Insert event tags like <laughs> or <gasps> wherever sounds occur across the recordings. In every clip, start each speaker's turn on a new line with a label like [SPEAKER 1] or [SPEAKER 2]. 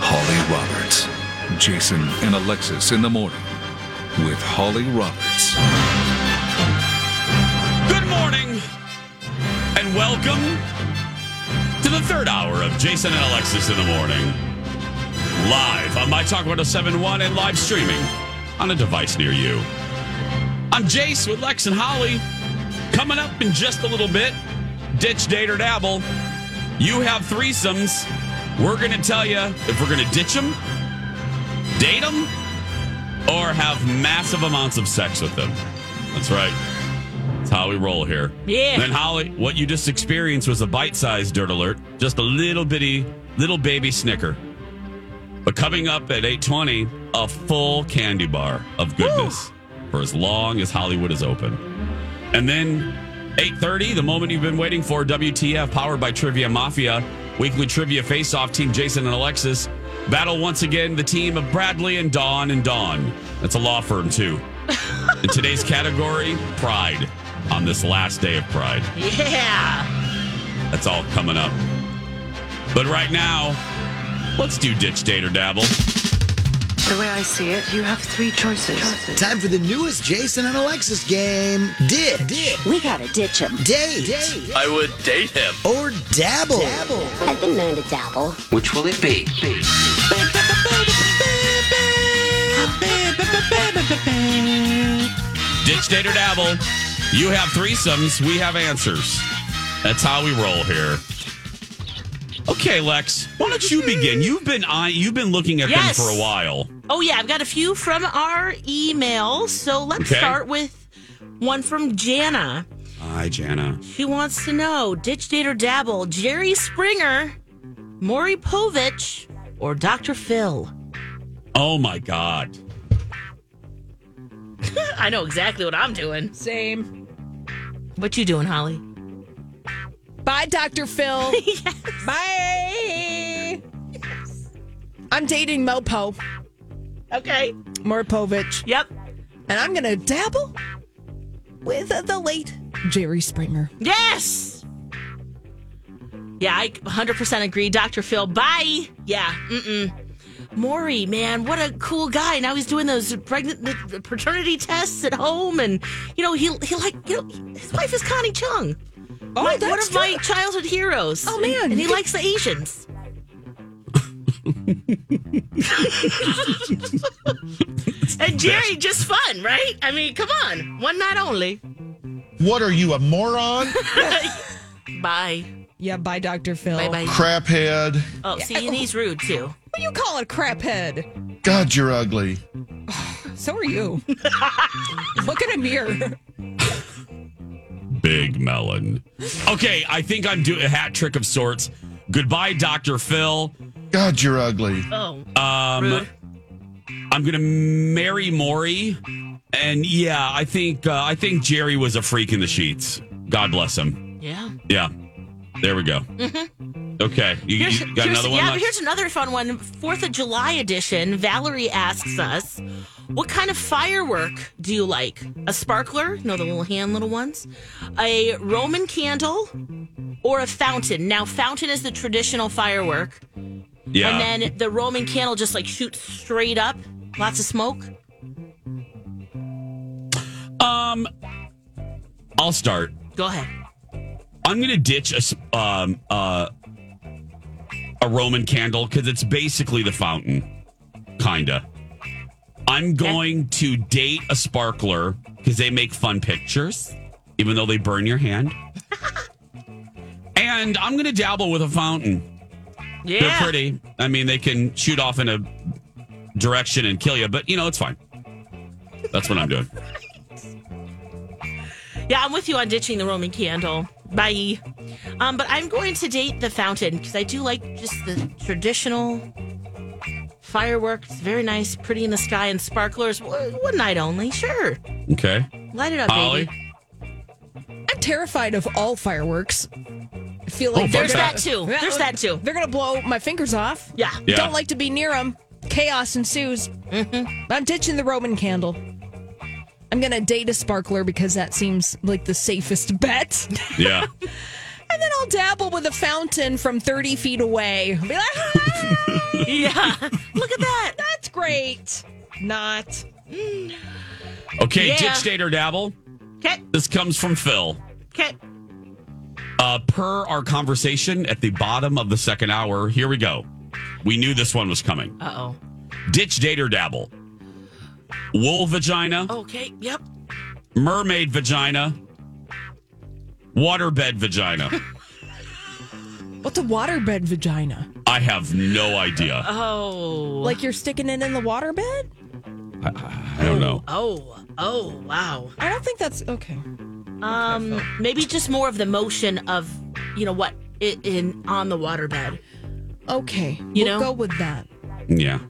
[SPEAKER 1] Holly Roberts. Jason and Alexis in the morning with Holly Roberts.
[SPEAKER 2] Good morning and welcome to the third hour of Jason and Alexis in the morning. Live on My Talk 1071 and live streaming on a device near you. I'm Jace with Lex and Holly. Coming up in just a little bit, ditch, date, or dabble. You have threesomes. We're going to tell you if we're going to ditch them, date them, or have massive amounts of sex with them. That's right. That's how we roll here.
[SPEAKER 3] Yeah.
[SPEAKER 2] Then Holly, what you just experienced was a bite-sized dirt alert, just a little bitty, little baby snicker. But coming up at eight twenty, a full candy bar of goodness for as long as Hollywood is open. And then 8:30, the moment you've been waiting for, WTF powered by Trivia Mafia, weekly trivia face-off team Jason and Alexis battle once again the team of Bradley and Dawn and Dawn. That's a law firm too. In today's category, pride on this last day of pride.
[SPEAKER 3] Yeah.
[SPEAKER 2] That's all coming up. But right now, let's do ditch date or dabble.
[SPEAKER 4] The way I see it, you have three choices.
[SPEAKER 5] Time for the newest Jason and Alexis game. Ditch. Ditch.
[SPEAKER 3] We gotta ditch him.
[SPEAKER 5] Date.
[SPEAKER 6] I would date him.
[SPEAKER 5] Or dabble.
[SPEAKER 3] I've been known to dabble.
[SPEAKER 7] Which will it be?
[SPEAKER 2] Ditch date or dabble. You have threesomes, we have answers. That's how we roll here. Okay, Lex, why don't you begin? You've been I you've been looking at
[SPEAKER 3] Yes.
[SPEAKER 2] them for a while.
[SPEAKER 3] Oh yeah, I've got a few from our emails. So let's
[SPEAKER 2] Okay.
[SPEAKER 3] start with one from Jana.
[SPEAKER 2] Hi, Jana.
[SPEAKER 3] She wants to know: Ditch Date or Dabble? Jerry Springer, Maury Povich, or Dr. Phil?
[SPEAKER 2] Oh my god.
[SPEAKER 3] I know exactly what I'm doing.
[SPEAKER 8] Same.
[SPEAKER 3] What you doing, Holly?
[SPEAKER 8] Bye, Dr.
[SPEAKER 3] <laughs>
[SPEAKER 8] Phil. Bye. I'm dating Mopo
[SPEAKER 3] Okay.
[SPEAKER 8] Morpovich,
[SPEAKER 3] Yep.
[SPEAKER 8] and I'm going to dabble with the late Jerry Springer.
[SPEAKER 3] Yes. Yeah, I 100% agree. Dr. Phil, bye. Yeah. Mm-mm. Maury, man, what a cool guy. Now he's doing those pregnant the paternity tests at home and you know, he he like, you know, his wife is Connie Chung.
[SPEAKER 8] Oh,
[SPEAKER 3] my, one
[SPEAKER 8] that's
[SPEAKER 3] of my
[SPEAKER 8] true.
[SPEAKER 3] childhood heroes.
[SPEAKER 8] Oh, man.
[SPEAKER 3] And, and he
[SPEAKER 8] You-
[SPEAKER 3] likes the Asians.
[SPEAKER 8] <laughs>
[SPEAKER 3] and Jerry, just fun, right? I mean, come on. One night only.
[SPEAKER 6] What are you, a moron?
[SPEAKER 3] <laughs> Bye.
[SPEAKER 8] Yeah, bye, Dr. Phil.
[SPEAKER 3] Bye bye.
[SPEAKER 6] Craphead.
[SPEAKER 3] Oh, see, and he's rude too.
[SPEAKER 8] What do you call a crap head?
[SPEAKER 6] God, you're ugly.
[SPEAKER 8] <sighs> So are you. <laughs> Look in a mirror.
[SPEAKER 2] Big melon. Okay, I think I'm doing a hat trick of sorts. Goodbye, Dr. Phil.
[SPEAKER 6] God, you're ugly.
[SPEAKER 3] Oh,
[SPEAKER 2] Um,
[SPEAKER 3] rude.
[SPEAKER 2] I'm gonna marry Maury, and yeah, I think uh, I think Jerry was a freak in the sheets. God bless him.
[SPEAKER 3] yeah.
[SPEAKER 2] Yeah, there we go. Okay, you, you
[SPEAKER 3] Mm-hmm.
[SPEAKER 2] got
[SPEAKER 3] Here's- here's-
[SPEAKER 2] another one.
[SPEAKER 3] Yeah,
[SPEAKER 2] left?
[SPEAKER 3] but here's another fun one. Fourth of July edition. Valerie asks us, "What kind of firework do you like? A sparkler? No, the little hand, little ones. A Roman candle, or a fountain? Now, fountain is the traditional firework,
[SPEAKER 2] yeah.
[SPEAKER 3] and then the Roman candle just like shoots straight up, lots of smoke.
[SPEAKER 2] um, I'll start.
[SPEAKER 3] Go ahead.
[SPEAKER 2] I'm gonna ditch a s- um uh a Roman candle because it's basically the fountain, kinda. I'm going to date a sparkler because they make fun pictures, even though they burn your
[SPEAKER 3] <laughs>
[SPEAKER 2] hand. and I'm gonna dabble with a fountain.
[SPEAKER 3] Yeah,
[SPEAKER 2] They're pretty. I mean, they can shoot off in a direction and kill you, but you know it's fine. That's what I'm doing.
[SPEAKER 3] Yeah, I'm with you on ditching the Roman candle. Bye. Um, but I'm going to date the fountain because I do like just the traditional fireworks. Very nice, pretty in the sky, and sparklers. W- One night only, sure.
[SPEAKER 2] Okay,
[SPEAKER 3] Light it up,
[SPEAKER 2] Holly.
[SPEAKER 3] baby.
[SPEAKER 8] I'm terrified of all fireworks. I feel like
[SPEAKER 2] Oh,
[SPEAKER 8] they're
[SPEAKER 2] there's
[SPEAKER 8] gonna-
[SPEAKER 3] that too. There's that too.
[SPEAKER 8] They're gonna blow my fingers off.
[SPEAKER 3] Yeah.
[SPEAKER 2] Yeah.
[SPEAKER 8] Don't like to be near them. Chaos ensues.
[SPEAKER 3] Mm-hmm.
[SPEAKER 8] I'm ditching the Roman candle. I'm gonna date a sparkler because that seems like the safest bet.
[SPEAKER 3] <laughs>
[SPEAKER 2] Yeah.
[SPEAKER 8] And then I'll dabble with a fountain from 30 feet away. I'll be like, "Ah,
[SPEAKER 3] <laughs> Yeah. Look at that.
[SPEAKER 8] that's great. Not.
[SPEAKER 2] Okay,
[SPEAKER 3] Yeah.
[SPEAKER 2] ditch date or dabble.
[SPEAKER 3] Okay.
[SPEAKER 2] This comes from Phil.
[SPEAKER 3] Okay.
[SPEAKER 2] Uh, per our conversation at the bottom of the second hour, here we go. We knew this one was coming.
[SPEAKER 3] Uh
[SPEAKER 2] Ditch, date, or dabble. Wool vagina,
[SPEAKER 3] oh. Okay. Yep.
[SPEAKER 2] mermaid vagina, waterbed vagina.
[SPEAKER 8] <laughs> What's a waterbed vagina?
[SPEAKER 2] I have no idea.
[SPEAKER 3] Oh.
[SPEAKER 8] Like you're sticking it in the waterbed?
[SPEAKER 2] I don't know.
[SPEAKER 3] Oh. Oh. Wow.
[SPEAKER 8] I don't think that's okay.
[SPEAKER 3] Um. Maybe just more of the motion of, you know what, it in on the waterbed.
[SPEAKER 8] Okay.
[SPEAKER 3] You
[SPEAKER 8] we'll
[SPEAKER 3] know?
[SPEAKER 8] go with that.
[SPEAKER 2] Yeah.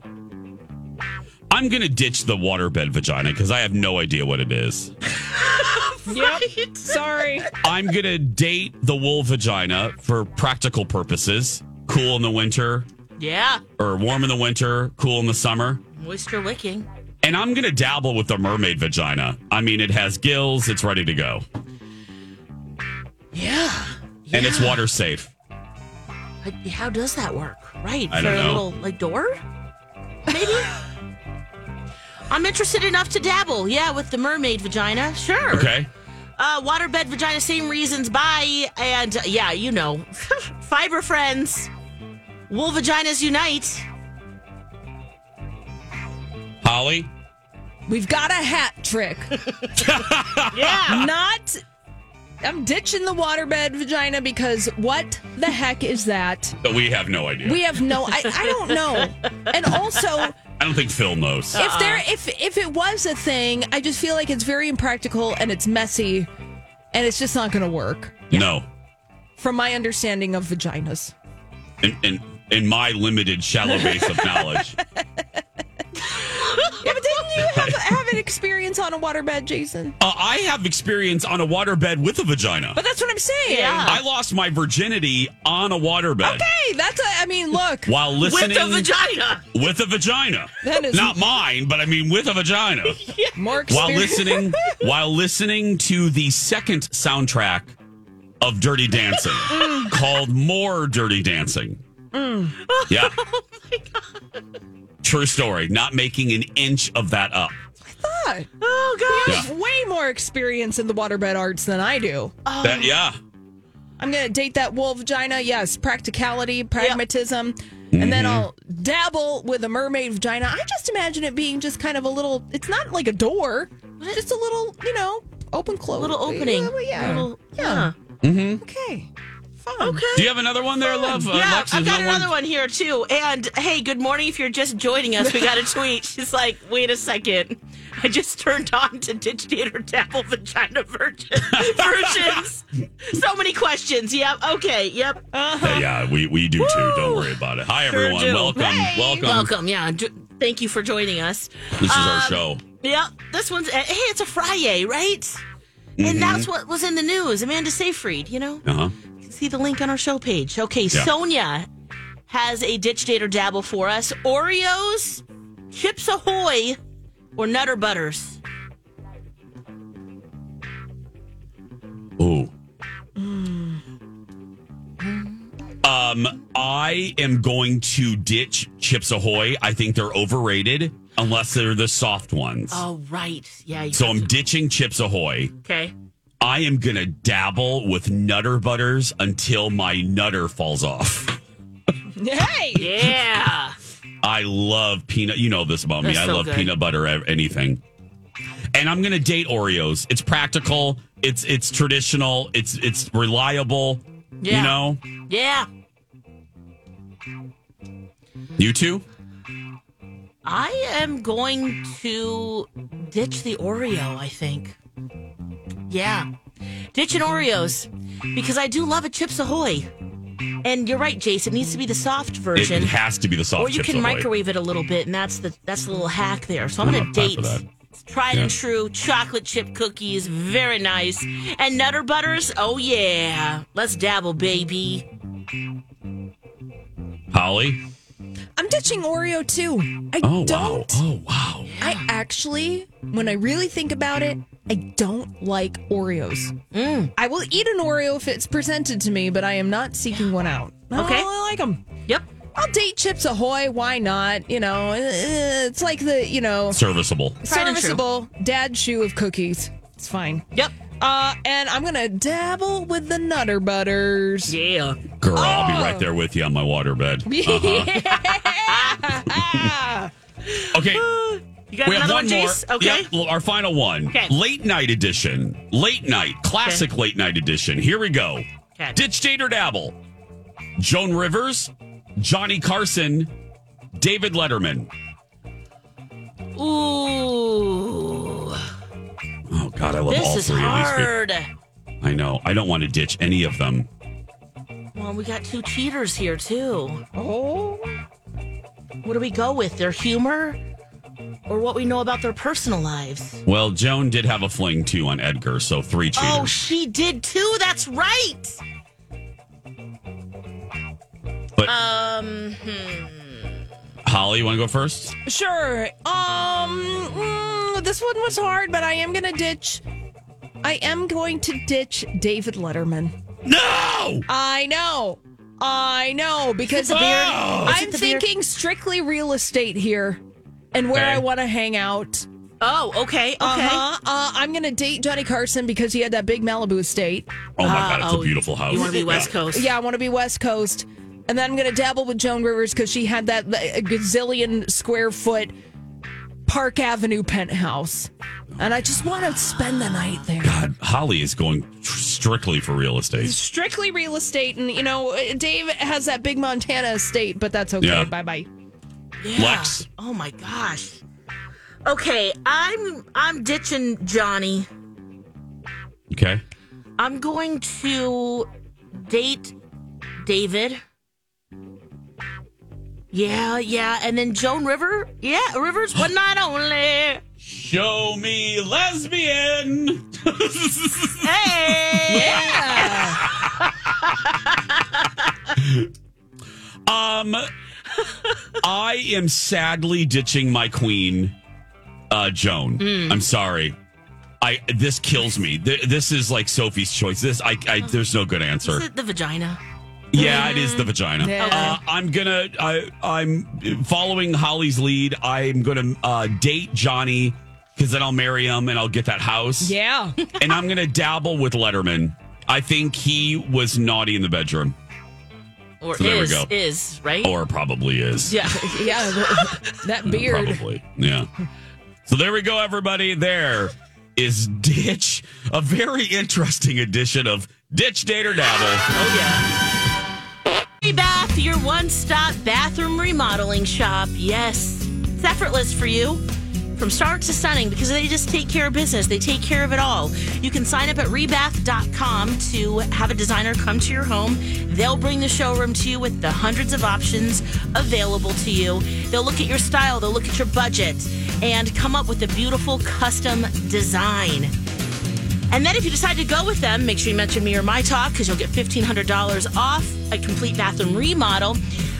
[SPEAKER 2] I'm going to ditch the waterbed vagina because I have no idea what it is.
[SPEAKER 8] <laughs> Yep. Sorry.
[SPEAKER 2] I'm gonna date the wool vagina for practical purposes. Cool in the winter
[SPEAKER 3] Yeah.
[SPEAKER 2] or warm in the winter, cool in the summer.
[SPEAKER 3] Moisture wicking.
[SPEAKER 2] And I'm gonna dabble with the mermaid vagina. I mean, it has gills, it's ready to go,
[SPEAKER 3] Yeah.
[SPEAKER 2] and it's water safe.
[SPEAKER 3] But how does that work? Right.
[SPEAKER 2] I
[SPEAKER 3] For
[SPEAKER 2] don't
[SPEAKER 3] a
[SPEAKER 2] know.
[SPEAKER 3] little like door?
[SPEAKER 8] <laughs>
[SPEAKER 3] Maybe? I'm interested enough to dabble, yeah, with the mermaid vagina. Sure.
[SPEAKER 2] Okay.
[SPEAKER 3] Uh waterbed vagina, same reasons. Bye. And uh, yeah, you know. <laughs> Fiber friends. Wool vaginas unite.
[SPEAKER 2] Holly,
[SPEAKER 8] We've got a hat trick.
[SPEAKER 3] Yeah.
[SPEAKER 8] <laughs> Not. I'm ditching the waterbed vagina because what the heck is that?
[SPEAKER 2] but we have no idea.
[SPEAKER 8] We have no. I, I don't know. And also,
[SPEAKER 2] I don't think Phil knows.
[SPEAKER 3] Uh-uh.
[SPEAKER 8] if there if if it was a thing, I just feel like it's very impractical and it's messy and it's just not going to work
[SPEAKER 2] No.
[SPEAKER 8] from my understanding of vaginas.
[SPEAKER 2] In, in, in my limited, shallow base of
[SPEAKER 8] <laughs>
[SPEAKER 2] knowledge.
[SPEAKER 8] Yeah, but didn't you have, have an experience on a waterbed, Jason?
[SPEAKER 2] Uh, I have experience on a waterbed with a vagina.
[SPEAKER 8] But that's what I'm saying.
[SPEAKER 3] Yeah.
[SPEAKER 2] I lost my virginity on a waterbed
[SPEAKER 8] Hey, that's a, I mean, look.
[SPEAKER 2] while
[SPEAKER 3] With
[SPEAKER 2] listening.
[SPEAKER 3] the vagina.
[SPEAKER 2] with a vagina.
[SPEAKER 8] That is-
[SPEAKER 2] not mine, but I mean with a
[SPEAKER 8] <laughs>
[SPEAKER 2] vagina.
[SPEAKER 8] More experience.
[SPEAKER 2] while listening, while listening to the second soundtrack of Dirty Dancing, called "More Dirty Dancing."
[SPEAKER 3] Mm. <laughs>
[SPEAKER 2] Yeah.
[SPEAKER 3] Oh
[SPEAKER 2] True story. Not making an inch of that up.
[SPEAKER 8] God,
[SPEAKER 3] Oh
[SPEAKER 8] you
[SPEAKER 3] god.
[SPEAKER 8] have way more experience in the waterbed arts than I do.
[SPEAKER 3] Oh.
[SPEAKER 2] That yeah.
[SPEAKER 8] I'm going to date that wool vagina. Yes, practicality, pragmatism. And
[SPEAKER 2] Mm-hmm.
[SPEAKER 8] then I'll dabble with a mermaid vagina. I just imagine it being just kind of a little, it's not like a door, just a little, you know, open close.
[SPEAKER 3] Little opening.
[SPEAKER 8] Yeah. well, yeah.
[SPEAKER 3] Little-
[SPEAKER 8] yeah.
[SPEAKER 2] Mm-hmm.
[SPEAKER 8] Okay. Fun.
[SPEAKER 3] Okay.
[SPEAKER 2] Do you have another one there, love? Uh,
[SPEAKER 3] Yeah,
[SPEAKER 2] Lex,
[SPEAKER 3] I've
[SPEAKER 2] is
[SPEAKER 3] got
[SPEAKER 2] there
[SPEAKER 3] another one? here too. And hey, good morning. If you're just joining us, we got a tweet. She's like, "Wait a second, I just turned on to Digitator Dabble
[SPEAKER 2] <laughs>
[SPEAKER 3] Vagina Virgin versions. so many questions. Yep. Okay. Yep.
[SPEAKER 2] Yeah, yeah, we, we do too. Don't worry about it. Hi,
[SPEAKER 3] Sure
[SPEAKER 2] everyone.
[SPEAKER 3] do.
[SPEAKER 2] welcome. Welcome.
[SPEAKER 3] Welcome. Yeah. D- thank you for joining us.
[SPEAKER 2] This is our
[SPEAKER 3] Um,
[SPEAKER 2] show.
[SPEAKER 3] Yeah. This one's. eh, Hey, it's a Friday, right? And that's what was in the news. Amanda Seyfried. You know.
[SPEAKER 2] Uh huh.
[SPEAKER 3] see the link on our show page. Okay,
[SPEAKER 2] Yeah.
[SPEAKER 3] Sonia has a ditch date or dabble for us. Oreos, Chips Ahoy, or Nutter Butters.
[SPEAKER 2] Ooh.
[SPEAKER 3] Mm.
[SPEAKER 2] Um, I am going to ditch Chips Ahoy. I think they're overrated unless they're the soft ones.
[SPEAKER 3] Oh, right. Yeah. you
[SPEAKER 2] so
[SPEAKER 3] got
[SPEAKER 2] I'm
[SPEAKER 3] to-
[SPEAKER 2] ditching Chips Ahoy. <laughs>
[SPEAKER 3] Okay.
[SPEAKER 2] I am gonna dabble with Nutter Butters until my nutter falls off.
[SPEAKER 8] <laughs> Hey!
[SPEAKER 3] Yeah.
[SPEAKER 2] I love peanut. You know this about me.
[SPEAKER 3] They're
[SPEAKER 2] I
[SPEAKER 3] so
[SPEAKER 2] love
[SPEAKER 3] good.
[SPEAKER 2] peanut butter ev- anything. And I'm gonna date Oreos. It's practical. It's it's traditional. It's it's reliable.
[SPEAKER 3] Yeah.
[SPEAKER 2] You know.
[SPEAKER 3] Yeah.
[SPEAKER 2] You too.
[SPEAKER 3] I am going to ditch the Oreo, I think. Yeah. Ditching Oreos because I do love a Chips Ahoy. And you're right, Jason, it needs to be the soft
[SPEAKER 2] It,
[SPEAKER 3] version.
[SPEAKER 2] it has to be the soft.
[SPEAKER 3] or you
[SPEAKER 2] Chips
[SPEAKER 3] can
[SPEAKER 2] Ahoy.
[SPEAKER 3] microwave it a little bit, and that's the that's the little hack there. So I'm
[SPEAKER 2] I
[SPEAKER 3] going
[SPEAKER 2] don't
[SPEAKER 3] to
[SPEAKER 2] have
[SPEAKER 3] date
[SPEAKER 2] Mm, time for
[SPEAKER 3] tried
[SPEAKER 2] Yeah.
[SPEAKER 3] and true chocolate chip cookies, very nice, and Nutter Butters. Oh yeah, let's dabble, baby.
[SPEAKER 2] Holly.
[SPEAKER 8] I'm ditching Oreo too. I
[SPEAKER 2] Oh wow.
[SPEAKER 8] don't.
[SPEAKER 2] Oh wow.
[SPEAKER 8] I actually, when I really think about it, I don't like Oreos.
[SPEAKER 3] Mm.
[SPEAKER 8] I will eat an Oreo if it's presented to me, but I am not seeking one out. Oh, I
[SPEAKER 3] Okay.
[SPEAKER 8] don't really like them.
[SPEAKER 3] Yep.
[SPEAKER 8] I'll date Chips Ahoy. Why not? You know, eh, it's like the you know
[SPEAKER 2] Serviceable.
[SPEAKER 3] Tried and true.
[SPEAKER 8] serviceable dad shoe of cookies. It's fine.
[SPEAKER 3] Yep.
[SPEAKER 8] Uh, and I'm gonna dabble with the Nutter Butters.
[SPEAKER 3] Yeah.
[SPEAKER 2] Girl, I'll be
[SPEAKER 3] Oh.
[SPEAKER 2] right there with you on my
[SPEAKER 3] <laughs>
[SPEAKER 2] waterbed. Uh-huh. okay.
[SPEAKER 3] You got another one, Jace? Okay.
[SPEAKER 2] Yep, well, our final one.
[SPEAKER 3] Okay.
[SPEAKER 2] Late night edition. Late night. Classic late night edition. Here we go.
[SPEAKER 3] Okay.
[SPEAKER 2] Ditch Date or Dabble. Joan Rivers, Johnny Carson, David Letterman.
[SPEAKER 3] Ooh.
[SPEAKER 2] Oh, God, I love all
[SPEAKER 3] This is
[SPEAKER 2] three of these.
[SPEAKER 3] hard.
[SPEAKER 2] people. I know. I don't want to ditch any of them.
[SPEAKER 3] Well, we got two cheaters here too.
[SPEAKER 8] Oh,
[SPEAKER 3] What do we go with? Their humor or what we know about their personal lives?
[SPEAKER 2] Well, Joan did have a fling, too, on Edgar, so three cheaters.
[SPEAKER 3] Oh, she did too. That's right.
[SPEAKER 2] But-
[SPEAKER 3] um hmm.
[SPEAKER 2] Holly, you want to go first?
[SPEAKER 8] sure. Um, mm, this one was hard, but I am gonna ditch. I am going to ditch David Letterman.
[SPEAKER 2] No!
[SPEAKER 8] I know. I know <laughs> because
[SPEAKER 2] Oh! Is
[SPEAKER 8] I'm thinking strictly real estate here and where
[SPEAKER 2] Okay.
[SPEAKER 8] I want to hang out.
[SPEAKER 3] Oh, okay. Okay.
[SPEAKER 8] Uh-huh. Uh, I'm going to date Johnny Carson because he had that big Malibu estate.
[SPEAKER 2] Oh, my God, it's
[SPEAKER 3] oh,
[SPEAKER 2] a beautiful house.
[SPEAKER 3] You want to be West
[SPEAKER 2] Yeah.
[SPEAKER 3] Coast?
[SPEAKER 8] Yeah, I want to be West Coast. And then I'm going to dabble with Joan Rivers because she had that uh, gazillion square foot Park Avenue penthouse. And I just want to spend the night there.
[SPEAKER 2] God, Holly is going tr- strictly for real estate.
[SPEAKER 8] Strictly real estate. And, you know, uh, Dave has that big Montana estate, but that's okay.
[SPEAKER 2] Yeah.
[SPEAKER 8] Bye bye.
[SPEAKER 3] Yeah.
[SPEAKER 2] Lex.
[SPEAKER 3] Oh my gosh. Okay, I'm I'm ditching Johnny.
[SPEAKER 2] Okay.
[SPEAKER 3] I'm going to date David. Yeah, yeah, and then Joan River. Yeah,
[SPEAKER 2] <gasps>
[SPEAKER 3] Rivers, but not only.
[SPEAKER 2] Show me lesbian.
[SPEAKER 3] Hey,
[SPEAKER 2] um, I am sadly ditching my queen, uh, Joan.
[SPEAKER 3] Hmm.
[SPEAKER 2] I'm sorry. I this kills me. Th- this is like Sophie's choice. This I, I there's no good answer.
[SPEAKER 3] is it the vagina?
[SPEAKER 2] Yeah, it is the vagina. Uh, I'm gonna. I, I'm following Holly's lead. I'm gonna uh, date Johnny because then I'll marry him and I'll get that house.
[SPEAKER 8] Yeah.
[SPEAKER 2] and I'm going to dabble with Letterman. I think he was naughty in the bedroom,
[SPEAKER 3] Or
[SPEAKER 2] So there we
[SPEAKER 3] is
[SPEAKER 2] go.
[SPEAKER 3] is right?
[SPEAKER 2] or probably is.
[SPEAKER 3] yeah.
[SPEAKER 8] Yeah, th- that beard.
[SPEAKER 2] Probably. Yeah. So there we go, everybody. There is Ditch, a very interesting edition of Ditch Date or Dabble.
[SPEAKER 3] Oh yeah. Free Bath, your one-stop bathroom remodeling shop. Yes, it's effortless for you. From start to stunning because they just take care of business. They take care of it all. You can sign up at rebath.com to have a designer come to your home. They'll bring the showroom to you with the hundreds of options available to you. They'll look at your style, they'll look at your budget, and come up with a beautiful custom design. And then if you decide to go with them, make sure you mention me or my talk because you'll get $1,500 off a complete bathroom remodel.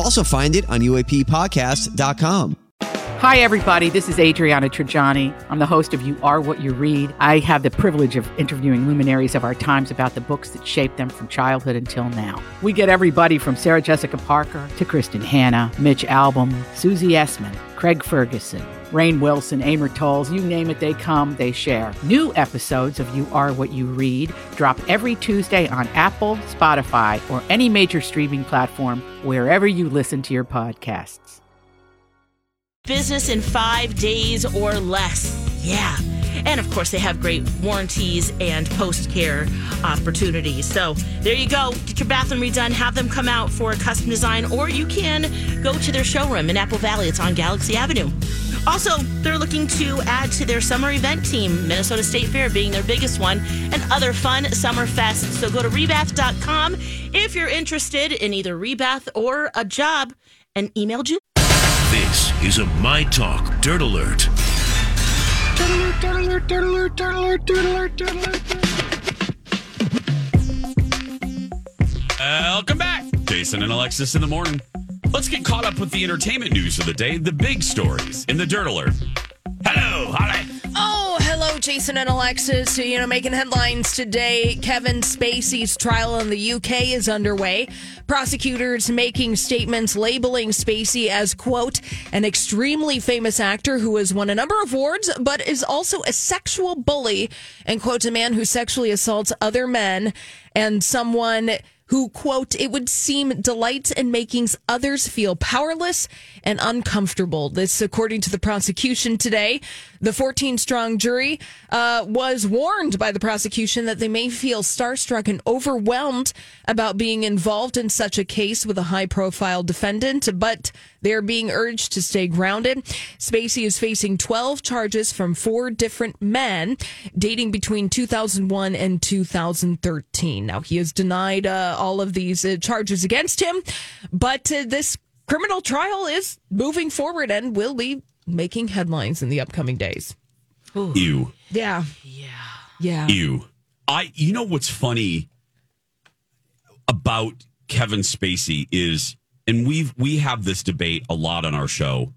[SPEAKER 7] also find it on UAPpodcast.com.
[SPEAKER 9] Hi, everybody. This is Adriana Trajani. I'm the host of You Are What You Read. I have the privilege of interviewing luminaries of our times about the books that shaped them from childhood until now. We get everybody from Sarah Jessica Parker to Kristen Hanna, Mitch Albom, Susie Essman, Craig Ferguson, Rain Wilson, Amor Tolls, you name it, they come, they share. New episodes of You Are What You Read drop every Tuesday on Apple, Spotify, or any major streaming platform wherever you listen to your podcasts.
[SPEAKER 3] business in five days or less. Yeah. And of course, they have great warranties and post care opportunities. So there you go. Get your bathroom redone. Have them come out for a custom design, or you can go to their showroom in Apple Valley. It's on Galaxy Avenue. Also, they're looking to add to their summer event team, Minnesota State Fair being their biggest one, and other fun summer fests. So go to rebath.com if you're interested in either rebath or a job and email Julie.
[SPEAKER 10] This is a My Talk Dirt Alert.
[SPEAKER 2] Welcome back, Jason and Alexis in the morning. Let's get caught up with the entertainment news of the day, the big stories in the Dirt Alert. Hello, Holly.
[SPEAKER 8] Oh, hello, Jason and Alexis. You know, making headlines today. Kevin Spacey's trial in the UK is underway. Prosecutors making statements labeling Spacey as, quote, an extremely famous actor who has won a number of awards, but is also a sexual bully, and, quote, a man who sexually assaults other men and someone who, quote, it would seem delights in making others feel powerless and uncomfortable. This, according to the prosecution today, the 14 strong jury uh, was warned by the prosecution that they may feel starstruck and overwhelmed about being involved in such a case with a high profile defendant, but they're being urged to stay grounded. Spacey is facing 12 charges from four different men dating between 2001 and 2013. Now, he has denied uh, all of these uh, charges against him, but uh, this criminal trial is moving forward and will be making headlines in the upcoming days.
[SPEAKER 2] You.
[SPEAKER 8] Yeah. Yeah. Yeah.
[SPEAKER 2] You. I you know what's funny about Kevin Spacey is and we've we have this debate a lot on our show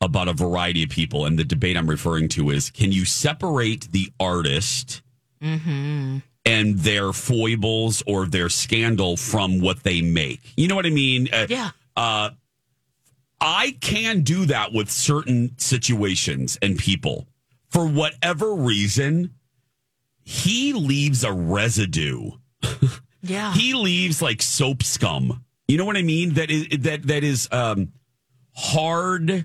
[SPEAKER 2] about a variety of people and the debate I'm referring to is can you separate the artist
[SPEAKER 3] Mm-hmm.
[SPEAKER 2] and their foibles or their scandal from what they make. You know what I mean? Uh,
[SPEAKER 3] Yeah.
[SPEAKER 2] Uh, I can do that with certain situations and people. For whatever reason, he leaves a residue.
[SPEAKER 3] Yeah.
[SPEAKER 2] He
[SPEAKER 8] Ah.
[SPEAKER 2] leaves like soap scum. You know what I mean? That is that that is um, hard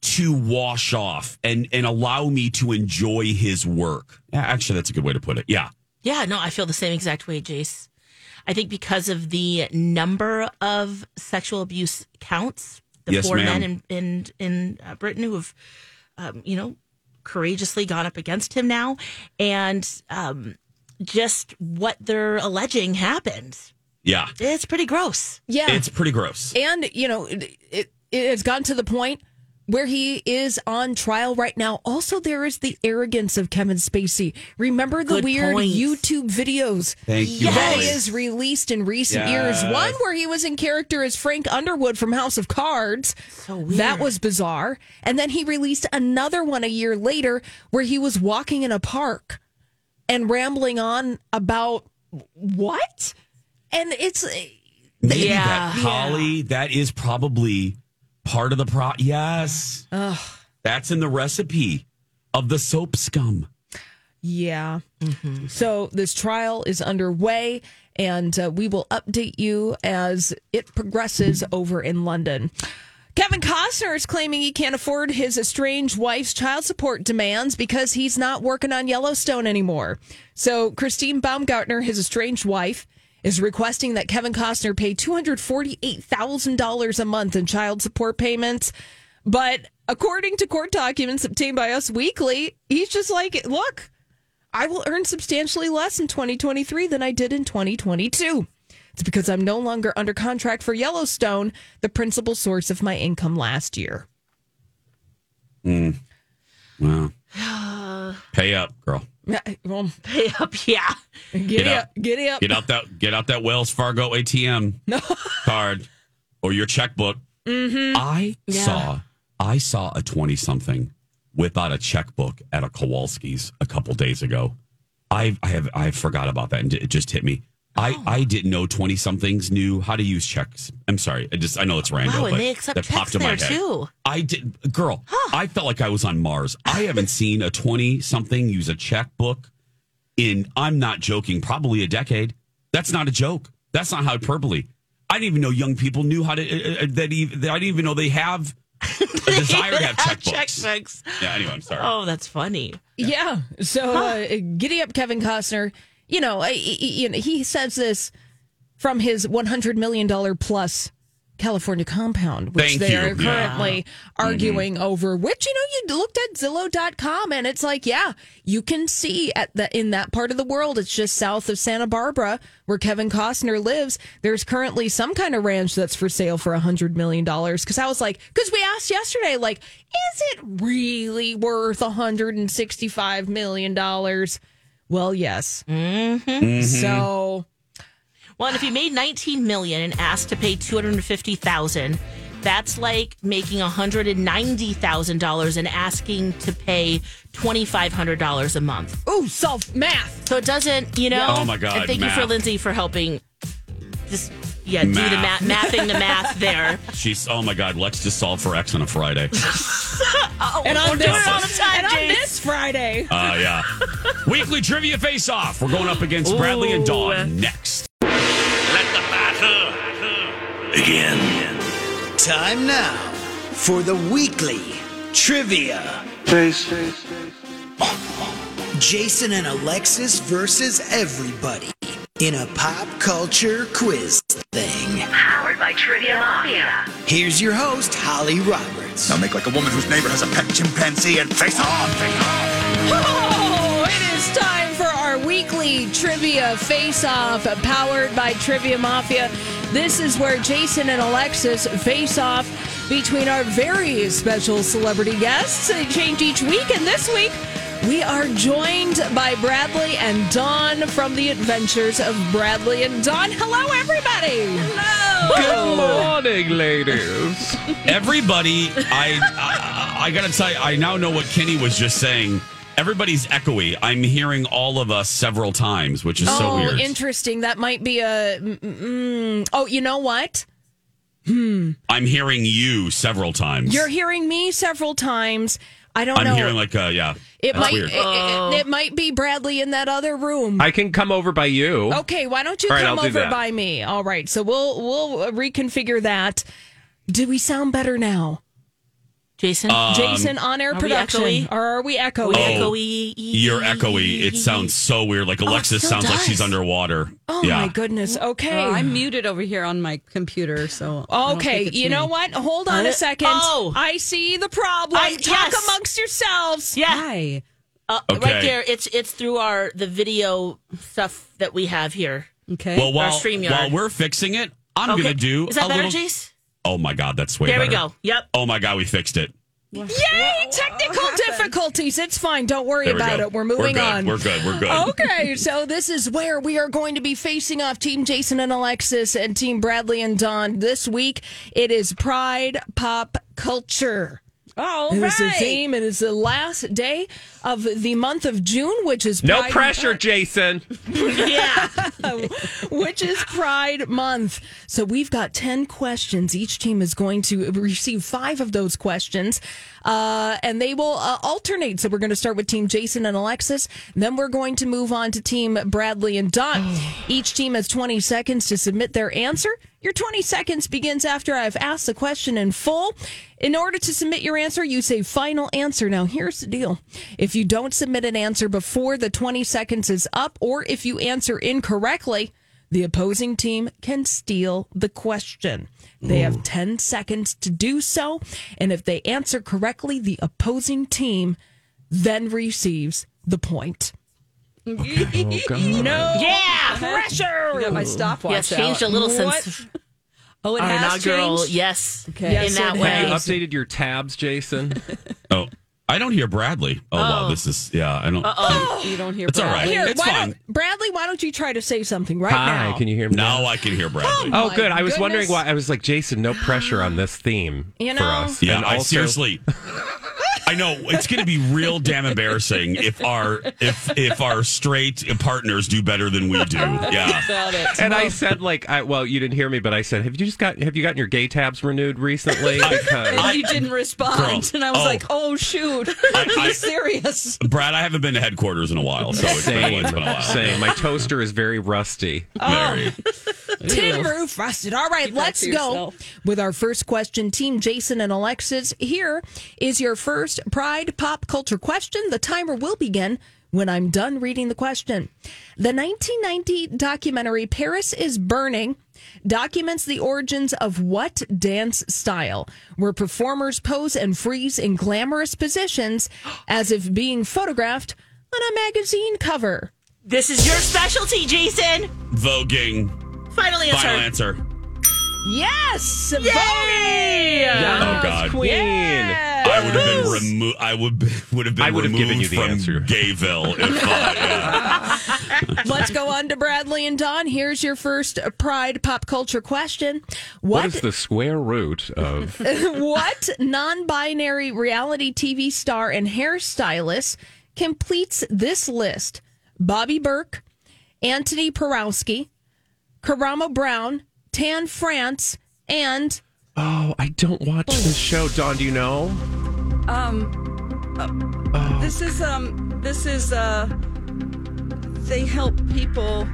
[SPEAKER 2] to wash off and and allow me to enjoy his work. Yeah, Actually, that's a good way to put it. Yeah.
[SPEAKER 3] Yeah, no, I feel the same exact way, Jace. I think because of the number of sexual abuse counts, the
[SPEAKER 2] Yes,
[SPEAKER 3] four
[SPEAKER 2] ma'am.
[SPEAKER 3] men in in, in uh, Britain who have, um, you know, courageously gone up against him now, and um, just what they're alleging happened.
[SPEAKER 2] Yeah.
[SPEAKER 3] It's pretty gross.
[SPEAKER 8] Yeah.
[SPEAKER 2] It's pretty gross.
[SPEAKER 8] and you know it, it it has gotten to the point where he is on trial right now. Also, there is the arrogance of Kevin Spacey. Remember the
[SPEAKER 3] Good
[SPEAKER 8] weird
[SPEAKER 3] point.
[SPEAKER 8] YouTube videos
[SPEAKER 2] Thank you,
[SPEAKER 8] that
[SPEAKER 2] Molly.
[SPEAKER 8] he has released in recent years?
[SPEAKER 2] Yes.
[SPEAKER 8] One where he was in character as Frank Underwood from House of Cards.
[SPEAKER 3] So weird.
[SPEAKER 8] That was bizarre. And then he released another one a year later where he was walking in a park and rambling on about what? And it's
[SPEAKER 2] Maybe
[SPEAKER 3] Yeah.
[SPEAKER 2] that Holly, that is probably part of the pro. Yes. That's in the recipe of the soap scum.
[SPEAKER 8] Yeah. So this trial is underway, and uh, we will update you as it progresses over in London. Kevin Costner is claiming he can't afford his estranged wife's child support demands because he's not working on Yellowstone anymore. So Christine Baumgartner, his estranged wife, is requesting that Kevin Costner pay $248,000 a month in child support payments. But according to court documents obtained by Us Weekly, he's just like, look, I will earn substantially less in 2023 than I did in 2022. It's because I'm no longer under contract for Yellowstone, the principal source of my income last year.
[SPEAKER 2] Mm.
[SPEAKER 3] <sighs>
[SPEAKER 2] Wow. Pay up, girl.
[SPEAKER 8] Yeah, Well,
[SPEAKER 3] pay up, yeah.
[SPEAKER 8] Giddy up, giddy up.
[SPEAKER 2] Get out that get out that Wells Fargo ATM
[SPEAKER 3] <laughs>
[SPEAKER 2] card or your checkbook.
[SPEAKER 8] Mm-hmm.
[SPEAKER 2] I saw I saw a 20 something whip out a checkbook at a Kowalski's a couple days ago. I I have I forgot about that and it just hit me.
[SPEAKER 3] Oh.
[SPEAKER 2] I, I didn't know 20 somethings knew how to use checks. I'm sorry. I just I know it's random.
[SPEAKER 3] Wow, and
[SPEAKER 2] but
[SPEAKER 3] they accept
[SPEAKER 2] that popped in
[SPEAKER 3] checks
[SPEAKER 2] my
[SPEAKER 3] there
[SPEAKER 2] head.
[SPEAKER 3] too.
[SPEAKER 2] I did, girl. I felt like I was on Mars. I haven't seen a twenty-something use a checkbook in. I'm not joking. Probably a decade. That's not a joke. That's not hyperbole. I didn't even know young people knew how to uh, uh, that. Even, I didn't even know they have a desire to have
[SPEAKER 3] <laughs>
[SPEAKER 2] checkbooks.
[SPEAKER 3] Checkbooks.
[SPEAKER 2] Yeah. Anyway, I'm sorry.
[SPEAKER 3] Oh, that's funny.
[SPEAKER 8] Yeah. So uh, giddy up, Kevin Costner. You know, I- I- I- you know, he says this from his $100 million plus California compound, which
[SPEAKER 11] Thank
[SPEAKER 8] they
[SPEAKER 11] you.
[SPEAKER 8] are
[SPEAKER 11] Yeah.
[SPEAKER 8] currently
[SPEAKER 11] Mhm.
[SPEAKER 8] arguing over, which, you know, you looked at Zillow.com and it's like, yeah, you can see at the in that part of the world, it's just south of Santa Barbara where Kevin Costner lives. There's currently some kind of ranch that's for sale for $100 million. Because I was like, because we asked yesterday, like, is it really worth $165 million? Well, yes.
[SPEAKER 11] Mm-hmm.
[SPEAKER 3] Mhm.
[SPEAKER 8] So.
[SPEAKER 3] Well, and if you made 19 million and asked to pay 250,000, that's like making $190,000 and asking to pay $2,500 a month.
[SPEAKER 8] Ooh, solve math.
[SPEAKER 3] So it doesn't, you know.
[SPEAKER 2] Oh, my God,
[SPEAKER 3] And thank you for
[SPEAKER 2] math.
[SPEAKER 3] Lindsay for helping. Just yeah, do the
[SPEAKER 2] Math.
[SPEAKER 3] math, mathing
[SPEAKER 2] <laughs>
[SPEAKER 3] the math there.
[SPEAKER 2] She's. Oh my God. Lex just solved for X on a Friday.
[SPEAKER 3] oh,
[SPEAKER 8] and on
[SPEAKER 3] we're
[SPEAKER 8] this,
[SPEAKER 3] doing it all the time,
[SPEAKER 8] and on
[SPEAKER 3] Jace.
[SPEAKER 8] this Friday.
[SPEAKER 2] Uh, yeah. Weekly trivia face off. We're going up against Bradley and Dawn next.
[SPEAKER 10] Let the battle begin.
[SPEAKER 5] Time now for the weekly trivia. Jason and Alexis versus everybody in a pop culture quiz thing.
[SPEAKER 4] Powered by Trivia Mafia.
[SPEAKER 5] Here's your host, Holly Roberts.
[SPEAKER 12] Now make like a woman whose neighbor has a pet chimpanzee and face on.
[SPEAKER 8] <laughs> Oh, it is time for our weekly trivia face off powered by Trivia Mafia. This is where Jason and Alexis face off between our very special celebrity guests. They change each week, and this week we are joined by Bradley and Dawn from the adventures of Bradley and Dawn. Hello, everybody. Hello.
[SPEAKER 2] morning, ladies. Everybody, <laughs> I, I I gotta tell you, I now know what Kenny was just saying. Everybody's echoey. I'm hearing all of us several times, which is so
[SPEAKER 8] oh,
[SPEAKER 2] weird.
[SPEAKER 8] interesting. That might be a. mm, mm, oh, you know what?
[SPEAKER 2] I'm hearing you several times.
[SPEAKER 8] You're hearing me several times. I don't
[SPEAKER 2] I'm
[SPEAKER 8] know.
[SPEAKER 2] hearing like, uh, yeah,
[SPEAKER 8] it
[SPEAKER 2] that's
[SPEAKER 8] might
[SPEAKER 2] weird.
[SPEAKER 8] It, it- it might be Bradley in that other room.
[SPEAKER 13] I can come over by you. Oh,
[SPEAKER 8] Okay, why don't you
[SPEAKER 13] All right,
[SPEAKER 8] come
[SPEAKER 13] I'll do
[SPEAKER 8] over
[SPEAKER 13] that.
[SPEAKER 8] by me? All right. So we'll we'll uh, reconfigure that. Do we sound better now?
[SPEAKER 3] Jason,
[SPEAKER 2] Um,
[SPEAKER 8] Jason on air
[SPEAKER 3] are we
[SPEAKER 8] production.
[SPEAKER 3] echoey?
[SPEAKER 8] or are we echoey?
[SPEAKER 2] Oh, You're echoey. It sounds so weird. Like Alexis
[SPEAKER 8] Oh, still
[SPEAKER 2] sounds like
[SPEAKER 8] does.
[SPEAKER 2] she's underwater.
[SPEAKER 8] Oh
[SPEAKER 2] yeah.
[SPEAKER 8] my goodness. Okay.
[SPEAKER 14] Well, I'm muted over here on my computer, so. I don't
[SPEAKER 8] Okay,
[SPEAKER 14] think it's
[SPEAKER 8] you know
[SPEAKER 14] me.
[SPEAKER 8] what? Hold on
[SPEAKER 14] Uh,
[SPEAKER 8] a second.
[SPEAKER 14] oh.
[SPEAKER 8] I see the problem.
[SPEAKER 3] I-
[SPEAKER 8] Talk
[SPEAKER 3] yes.
[SPEAKER 8] amongst yourselves.
[SPEAKER 3] Yeah. Uh,
[SPEAKER 2] Okay.
[SPEAKER 3] Right there, it's it's through our the video stuff that we have here. Okay.
[SPEAKER 2] Well,
[SPEAKER 3] our
[SPEAKER 2] while,
[SPEAKER 3] StreamYard.
[SPEAKER 2] while we're fixing it, I'm
[SPEAKER 3] Okay.
[SPEAKER 2] gonna do.
[SPEAKER 3] Is that
[SPEAKER 2] a
[SPEAKER 3] better,
[SPEAKER 2] little...
[SPEAKER 3] Jace?
[SPEAKER 2] Oh my god, that's way
[SPEAKER 3] There we
[SPEAKER 2] better.
[SPEAKER 3] go. Yep.
[SPEAKER 2] Oh my god, we fixed it.
[SPEAKER 8] Yay! Technical difficulties. It's fine. Don't worry
[SPEAKER 2] There we
[SPEAKER 8] about
[SPEAKER 2] go.
[SPEAKER 8] it. We're moving
[SPEAKER 2] good.
[SPEAKER 8] on. Oh,
[SPEAKER 2] We're good. We're good. <laughs>
[SPEAKER 8] okay, so this is where we are going to be facing off Team Jason and Alexis and Team Bradley and Don this week. It is Pride Pop Culture. Oh, it is the theme. It is the last day of the month of June, which is
[SPEAKER 13] No
[SPEAKER 8] Pride-
[SPEAKER 13] pressure, Jason.
[SPEAKER 3] <laughs>
[SPEAKER 8] <laughs> which is Pride Month. So we've got 10 questions. Each team is going to receive five of those questions, uh, and they will uh, alternate. So we're going to start with Team Jason and Alexis. and then we're going to move on to Team Bradley and Don. Each team has 20 seconds to submit their answer. Your 20 seconds begins after I've asked the question in full. In order to submit your answer, you say final answer. Now, here's the deal. If you don't submit an answer before the 20 seconds is up, or if you answer incorrectly, the opposing team can steal the question. They have 10 seconds to do so. And if they answer correctly, the opposing team then receives the point. <laughs>
[SPEAKER 14] no.
[SPEAKER 3] Oh, Yeah,
[SPEAKER 14] <laughs>
[SPEAKER 8] pressure.
[SPEAKER 14] I got my stopwatch.
[SPEAKER 3] Yes, changed
[SPEAKER 14] out.
[SPEAKER 3] a little
[SPEAKER 14] What?
[SPEAKER 3] since
[SPEAKER 14] Oh, it
[SPEAKER 3] our
[SPEAKER 14] has
[SPEAKER 3] inaugural.
[SPEAKER 14] changed?
[SPEAKER 3] Yes,
[SPEAKER 14] Okay.
[SPEAKER 3] in
[SPEAKER 14] Yes,
[SPEAKER 3] that
[SPEAKER 14] it
[SPEAKER 3] way.
[SPEAKER 13] You updated your tabs, Jason.
[SPEAKER 2] Oh, I don't hear Bradley. Oh, wow,
[SPEAKER 8] Oh.
[SPEAKER 2] this is yeah. I don't.
[SPEAKER 3] oh.
[SPEAKER 14] You don't hear
[SPEAKER 2] It's all right.
[SPEAKER 8] Here,
[SPEAKER 2] It's
[SPEAKER 8] why
[SPEAKER 2] fine.
[SPEAKER 8] Don't, Bradley, why don't you try to say something right
[SPEAKER 13] Hi,
[SPEAKER 8] now?
[SPEAKER 13] <laughs> can you hear me?
[SPEAKER 2] Now I can hear Bradley.
[SPEAKER 13] Oh,
[SPEAKER 8] my
[SPEAKER 13] good. I was
[SPEAKER 8] goodness.
[SPEAKER 13] wondering why. I was like, Jason, no pressure on this theme
[SPEAKER 8] You
[SPEAKER 13] for
[SPEAKER 8] know?
[SPEAKER 14] <laughs>
[SPEAKER 13] us.
[SPEAKER 2] Yeah,
[SPEAKER 13] And
[SPEAKER 2] I
[SPEAKER 13] also-
[SPEAKER 2] seriously. I know it's going to be real damn embarrassing if our if if our straight partners do better than we do. Yeah.
[SPEAKER 8] <laughs>
[SPEAKER 13] And I said, like, I, well, you didn't hear me, but I said, have you just got, have you gotten your gay tabs renewed recently? Because-
[SPEAKER 14] And you didn't respond,
[SPEAKER 2] Girl,
[SPEAKER 14] and I was
[SPEAKER 2] oh.
[SPEAKER 14] like, "Oh shoot, are
[SPEAKER 2] I-
[SPEAKER 14] you serious?"
[SPEAKER 2] Brad, I haven't been to headquarters in a while, so it's been,
[SPEAKER 13] same,
[SPEAKER 2] it's been a while.
[SPEAKER 13] same. My toaster is very rusty.
[SPEAKER 8] Oh.
[SPEAKER 2] Very.
[SPEAKER 8] Tin roof rusted. All right,
[SPEAKER 14] that
[SPEAKER 8] let's
[SPEAKER 14] to
[SPEAKER 8] go
[SPEAKER 14] yourself.
[SPEAKER 8] with our first question. Team Jason and Alexis, here is your first Pride pop culture question. The timer will begin when I'm done reading the question. The 1990 documentary Paris is Burning documents the origins of what dance style, where performers pose and freeze in glamorous positions <gasps> as if being photographed on a magazine cover.
[SPEAKER 3] This is your specialty, Jason.
[SPEAKER 2] Voguing.
[SPEAKER 3] Final answer.
[SPEAKER 2] Final answer.
[SPEAKER 8] Yes!
[SPEAKER 13] Yes,
[SPEAKER 2] Oh, God.
[SPEAKER 13] Queen.
[SPEAKER 2] I would have been removed. I would be- would have been
[SPEAKER 13] I would have
[SPEAKER 2] removed
[SPEAKER 13] given you the
[SPEAKER 2] from
[SPEAKER 13] answer.
[SPEAKER 2] Gayville. If, uh, yeah.
[SPEAKER 8] Let's go on to Bradley and Don. Here's your first Pride pop culture question.
[SPEAKER 13] What
[SPEAKER 8] What
[SPEAKER 13] is the square root of?
[SPEAKER 8] <laughs> what non-binary reality TV star and hairstylist completes this list? Bobby Burke, Anthony Porowski, Karama Brown, Tan France, and
[SPEAKER 13] Oh, I don't watch this show, Dawn. Do you know?
[SPEAKER 14] Um, uh, this is um, this is uh, they help people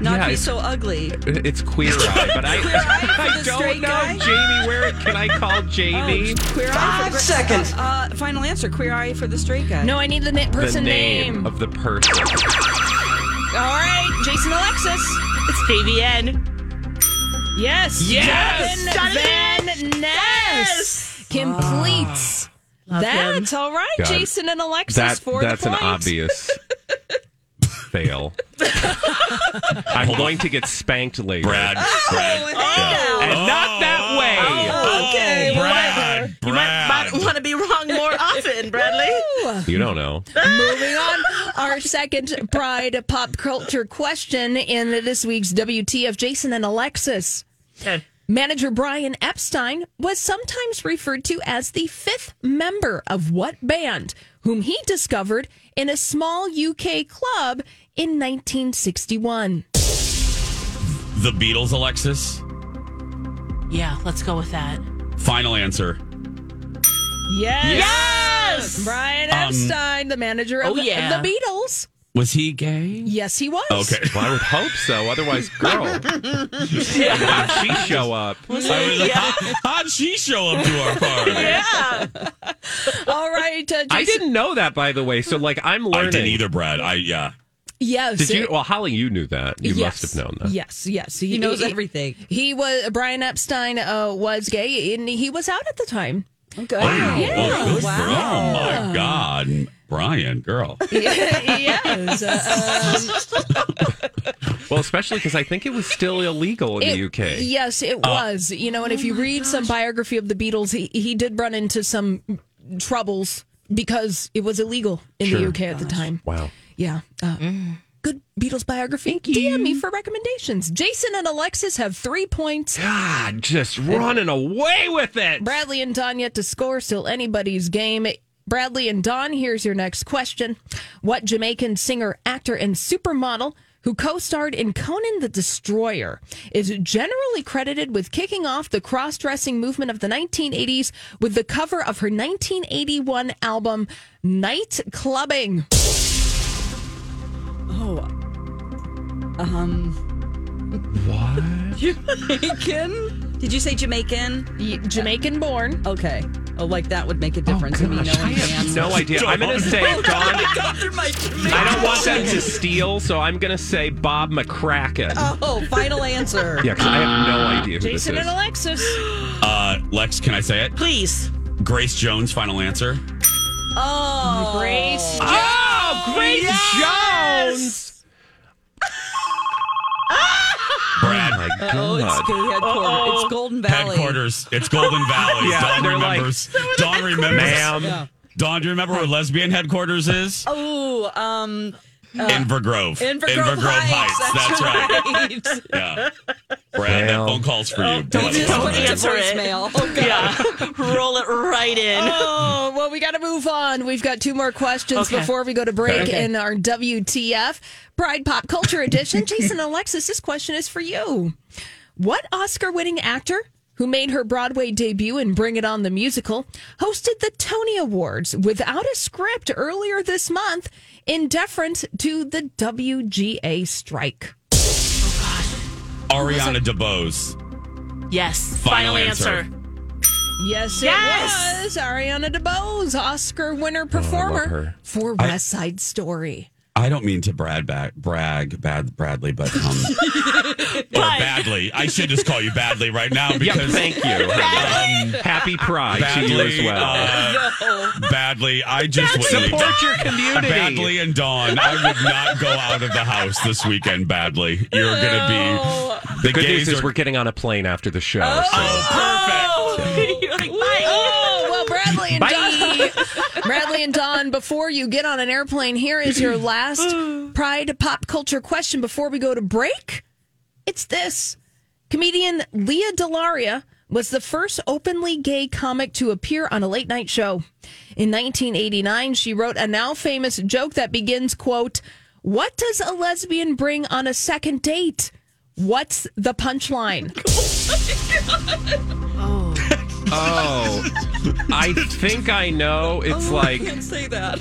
[SPEAKER 14] not
[SPEAKER 13] Yeah,
[SPEAKER 14] be
[SPEAKER 13] it's-
[SPEAKER 14] so ugly.
[SPEAKER 13] It's Queer Eye, but I,
[SPEAKER 14] Queer Eye for
[SPEAKER 13] <laughs> I
[SPEAKER 14] the
[SPEAKER 13] don't
[SPEAKER 14] straight
[SPEAKER 13] know.
[SPEAKER 14] guy? Oh.
[SPEAKER 13] Jamie, where can I call Jamie?
[SPEAKER 14] Queer Eye for
[SPEAKER 4] Five
[SPEAKER 14] the-
[SPEAKER 4] seconds.
[SPEAKER 14] Uh, uh, final answer: Queer Eye for the straight guy.
[SPEAKER 8] no, I need the na-
[SPEAKER 13] the
[SPEAKER 8] person
[SPEAKER 13] name, of the person.
[SPEAKER 8] All right, Jason Alexis.
[SPEAKER 3] It's Fabian.
[SPEAKER 8] Yes,
[SPEAKER 13] Yes!
[SPEAKER 8] Jonathan Van Ness completes. That's all right,
[SPEAKER 13] God.
[SPEAKER 8] Jason and Alexis
[SPEAKER 13] That,
[SPEAKER 8] for
[SPEAKER 13] that's
[SPEAKER 8] the
[SPEAKER 13] an
[SPEAKER 8] point.
[SPEAKER 13] obvious fail. I'm going to get spanked later.
[SPEAKER 2] Brad. Brad.
[SPEAKER 13] And not that way.
[SPEAKER 2] okay. Brad.
[SPEAKER 3] You might,
[SPEAKER 2] Brad.
[SPEAKER 3] want to be wrong more
[SPEAKER 14] <laughs>
[SPEAKER 3] often, Bradley.
[SPEAKER 13] You don't know.
[SPEAKER 8] Moving on, our second Pride pop culture question in this week's WTF Jason and Alexis.
[SPEAKER 3] Okay.
[SPEAKER 8] Manager Brian Epstein was sometimes referred to as the fifth member of what band, whom he discovered in a small UK club in 1961.
[SPEAKER 2] the Beatles, Alexis.
[SPEAKER 3] Yeah, let's go with that.
[SPEAKER 2] Final answer.
[SPEAKER 8] Yes! Brian
[SPEAKER 2] Um,
[SPEAKER 8] Epstein, the manager of
[SPEAKER 3] Oh, yeah.
[SPEAKER 8] the Beatles.
[SPEAKER 2] Was he gay?
[SPEAKER 8] Yes, he was.
[SPEAKER 2] Okay.
[SPEAKER 13] Well, I would hope so.
[SPEAKER 14] <laughs>
[SPEAKER 13] Otherwise, girl, why did she show up?
[SPEAKER 2] I was like, how, how'd she show up to our party?
[SPEAKER 3] Yeah.
[SPEAKER 8] <laughs> All right. Uh, Jason,
[SPEAKER 13] I didn't know that, by the way. So, like, I'm
[SPEAKER 2] I
[SPEAKER 13] learning.
[SPEAKER 2] didn't either, Brad. I yeah.
[SPEAKER 8] Yes.
[SPEAKER 13] Did you? Well, Holly, you knew that. You must have known that.
[SPEAKER 8] Yes, yes.
[SPEAKER 14] He knows everything.
[SPEAKER 8] He was Brian Epstein uh, was gay, and he was out at the time.
[SPEAKER 14] Okay.
[SPEAKER 2] Wow. Oh, good for-
[SPEAKER 14] Wow.
[SPEAKER 2] oh my God, Brian, girl.
[SPEAKER 8] yes.
[SPEAKER 13] <laughs>
[SPEAKER 8] uh,
[SPEAKER 13] Well, especially because I think it was still illegal in the Uh, UK.
[SPEAKER 8] Yes, it was. You know, and if
[SPEAKER 14] Oh
[SPEAKER 8] you read some biography of the Beatles, he, he did run into some troubles because it was illegal in the
[SPEAKER 13] Sure.
[SPEAKER 8] UK at the time.
[SPEAKER 13] Wow.
[SPEAKER 8] Yeah. Uh, Good Beatles biography. DM me for recommendations. Jason and Alexis have three points.
[SPEAKER 13] God, just running away with it.
[SPEAKER 8] Bradley and Don yet to score, still anybody's game. Bradley and Don, here's your next question. What Jamaican singer, actor, and supermodel who co starred in Conan the Destroyer is generally credited with kicking off the cross dressing movement of the 1980s with the cover of her 1981 album, Night Clubbing?
[SPEAKER 14] Oh. Um.
[SPEAKER 13] What?
[SPEAKER 14] Jamaican? Did you say Jamaican?
[SPEAKER 8] Jamaican born.
[SPEAKER 14] Okay. Oh, like that would make a difference. I mean, knowing the answer.
[SPEAKER 13] No idea. I'm going to say
[SPEAKER 14] Oh,
[SPEAKER 13] Don.
[SPEAKER 14] I got through my Jamaican
[SPEAKER 13] I don't want that
[SPEAKER 14] accent.
[SPEAKER 13] to steal, so I'm going to say Bob McCracken.
[SPEAKER 14] Oh, final answer.
[SPEAKER 13] Yeah, 'cause I have no idea who
[SPEAKER 2] Jason
[SPEAKER 13] this is.
[SPEAKER 2] and
[SPEAKER 14] Alexis.
[SPEAKER 2] Uh, Lex, can I say it?
[SPEAKER 3] Please.
[SPEAKER 2] Grace Jones, final answer.
[SPEAKER 14] Oh,
[SPEAKER 8] Grace.
[SPEAKER 13] Oh, Grace Jones.
[SPEAKER 2] Brad.
[SPEAKER 14] Oh, it's gay headquarters. It's Golden Valley.
[SPEAKER 2] Headquarters. It's Golden Valley.
[SPEAKER 13] Yeah,
[SPEAKER 2] Dawn
[SPEAKER 13] they're like,
[SPEAKER 2] remembers. Dawn remembers.
[SPEAKER 13] Ma'am.
[SPEAKER 14] Yeah.
[SPEAKER 2] Dawn, do you remember where lesbian headquarters is?
[SPEAKER 14] Oh, um. <laughs> uh,
[SPEAKER 2] Invergrove.
[SPEAKER 14] Invergrove, Heights.
[SPEAKER 2] That's right.
[SPEAKER 14] That's right.
[SPEAKER 2] Yeah. Brad, that phone call's for you.
[SPEAKER 14] Don't just put it to voicemail.
[SPEAKER 3] <laughs>
[SPEAKER 14] Oh, God.
[SPEAKER 3] Roll it right in.
[SPEAKER 8] Oh, well, we got to move on. We've got two more questions
[SPEAKER 3] Okay.
[SPEAKER 8] before we go to break
[SPEAKER 3] Okay.
[SPEAKER 8] in our WTF Pride Pop Culture
[SPEAKER 3] <laughs>
[SPEAKER 8] Edition. Jason and Alexis, this question is for you. What Oscar winning actor who made her Broadway debut in Bring It On the Musical hosted the Tony Awards without a script earlier this month in deference to the WGA strike?
[SPEAKER 2] Ariana DeBose.
[SPEAKER 3] Yes.
[SPEAKER 2] Final answer.
[SPEAKER 8] Yes,
[SPEAKER 3] Yes!
[SPEAKER 8] it was Ariana DeBose, Oscar winner
[SPEAKER 2] Oh, love
[SPEAKER 8] performer
[SPEAKER 2] her.
[SPEAKER 8] for
[SPEAKER 2] I-
[SPEAKER 8] West Side Story.
[SPEAKER 2] I don't mean to brag, back, brag, bad, Bradley, but um, or badly. I should just call you badly right now
[SPEAKER 13] Yeah,
[SPEAKER 2] because um,
[SPEAKER 13] thank <laughs> you. Happy Pride to you as
[SPEAKER 2] Badly,
[SPEAKER 13] well.
[SPEAKER 2] uh, badly, I just
[SPEAKER 13] That's
[SPEAKER 2] wouldn't
[SPEAKER 13] Support your community.
[SPEAKER 2] Badly and Dawn, I would not go out of the house this weekend. Badly, you're gonna be
[SPEAKER 13] The good news
[SPEAKER 2] gays
[SPEAKER 13] is
[SPEAKER 2] are- Oh,
[SPEAKER 13] we're getting on a plane after the show.
[SPEAKER 3] You're like, bye.
[SPEAKER 8] Oh, well, Bradley and
[SPEAKER 3] Bye.
[SPEAKER 8] Don. Bradley and Don, before you get on an airplane, here is your last Pride pop culture question before we go to break. It's this comedian Leah Delaria was the first openly gay comic to appear on a late night show. In 1989, she wrote a now famous joke that begins, quote, "What does a lesbian bring on a second date? What's the punchline?"
[SPEAKER 13] So- oh, I think I know. It's
[SPEAKER 14] Oh,
[SPEAKER 13] like
[SPEAKER 14] I <laughs> can't say that.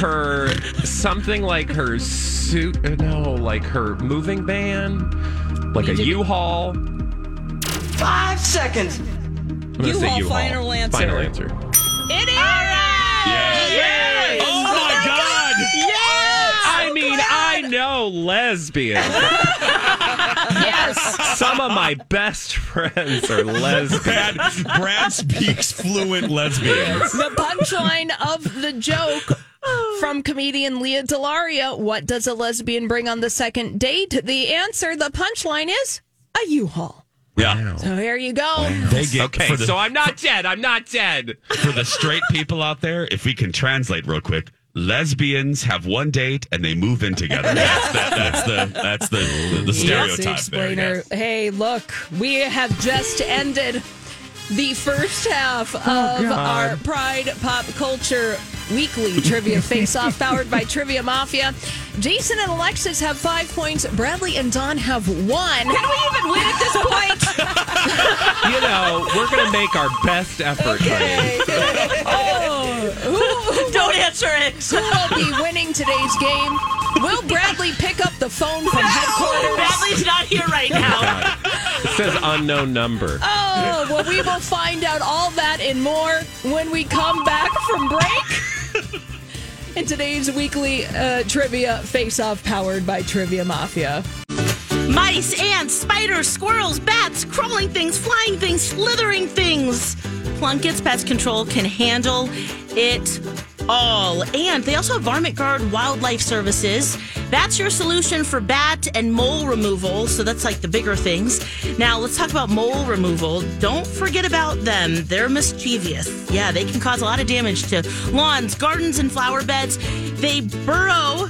[SPEAKER 13] her something like her suit. No, like her moving van, like a U-Haul.
[SPEAKER 12] Five seconds.
[SPEAKER 13] I'm gonna say
[SPEAKER 14] U-Haul,
[SPEAKER 13] U-Haul.
[SPEAKER 14] final answer.
[SPEAKER 13] Final answer.
[SPEAKER 8] It is.
[SPEAKER 13] Yes.
[SPEAKER 14] Oh, my
[SPEAKER 2] God.
[SPEAKER 14] Yes.
[SPEAKER 13] I mean, I know lesbians.
[SPEAKER 8] yes.
[SPEAKER 13] Some of my best friends
[SPEAKER 3] <laughs>
[SPEAKER 13] are lesbian.
[SPEAKER 2] Brad speaks fluent lesbian.
[SPEAKER 8] the punchline of the joke from comedian Leah Delaria What does a lesbian bring on the second date? The answer, the punchline is a U haul.
[SPEAKER 2] Yeah,
[SPEAKER 8] So here you go.
[SPEAKER 2] they get
[SPEAKER 13] Okay,
[SPEAKER 2] for the,
[SPEAKER 13] so I'm not dead. I'm not dead.
[SPEAKER 2] for the straight people out there. If we can translate real quick. Lesbians have one date and they move in together. That's the that's the that's the, the, the
[SPEAKER 8] Yes,
[SPEAKER 2] stereotype there.
[SPEAKER 8] explainer.
[SPEAKER 2] yes.
[SPEAKER 8] Hey, look, we have just ended the first half of our Pride Pop Culture Weekly Trivia Face <laughs> Off, powered by Trivia Mafia. Jason and Alexis have five points. Bradley and Don have one. Can we even win at this point?
[SPEAKER 13] You know, we're gonna make our best effort, honey.
[SPEAKER 8] <laughs> Oh, Who,
[SPEAKER 3] Don't answer it.
[SPEAKER 8] who will be winning today's game? Will Bradley pick up the phone from headquarters?
[SPEAKER 3] Bradley's not here right now.
[SPEAKER 13] It says unknown number.
[SPEAKER 8] Oh, well, we will find out all that and more when we come back from break. In today's weekly uh, trivia face off, powered by Trivia Mafia.
[SPEAKER 3] Mice, ants, spiders, squirrels, bats, crawling things, flying things, slithering things. Plunkett's Pest Control can handle it all. And they also have Varmint Guard Wildlife Services. That's your solution for bat and mole removal. So that's like the bigger things. Now let's talk about mole removal. Don't forget about them. They're mischievous. Yeah, they can cause a lot of damage to lawns, gardens, and flower beds. They burrow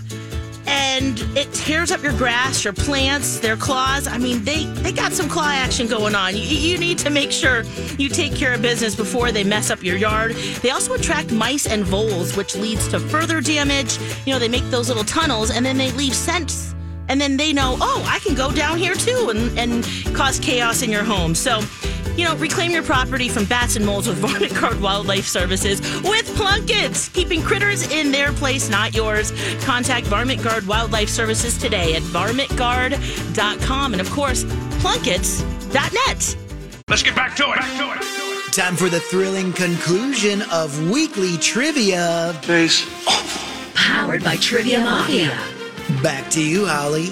[SPEAKER 3] and it tears up your grass, your plants, their claws. I mean, they they got some claw action going on. You, you need to make sure you take care of business before they mess up your yard. They also attract mice and voles, which leads to further damage. You know, they make those little tunnels and then they leave scents. And then they know, oh, I can go down here too and, and cause chaos in your home. So You know, reclaim your property from bats and moles with <laughs> Varmint Card Wildlife Services with Plunkett's, keeping critters in their place, not yours. Contact Varmint Guard Wildlife Services today at varmintguard.com and, of course, plunkett's.net.
[SPEAKER 10] Let's get back to it.
[SPEAKER 5] Time for the thrilling conclusion of weekly trivia. Base.
[SPEAKER 4] Powered by Trivia Mafia.
[SPEAKER 5] Back to you, Holly.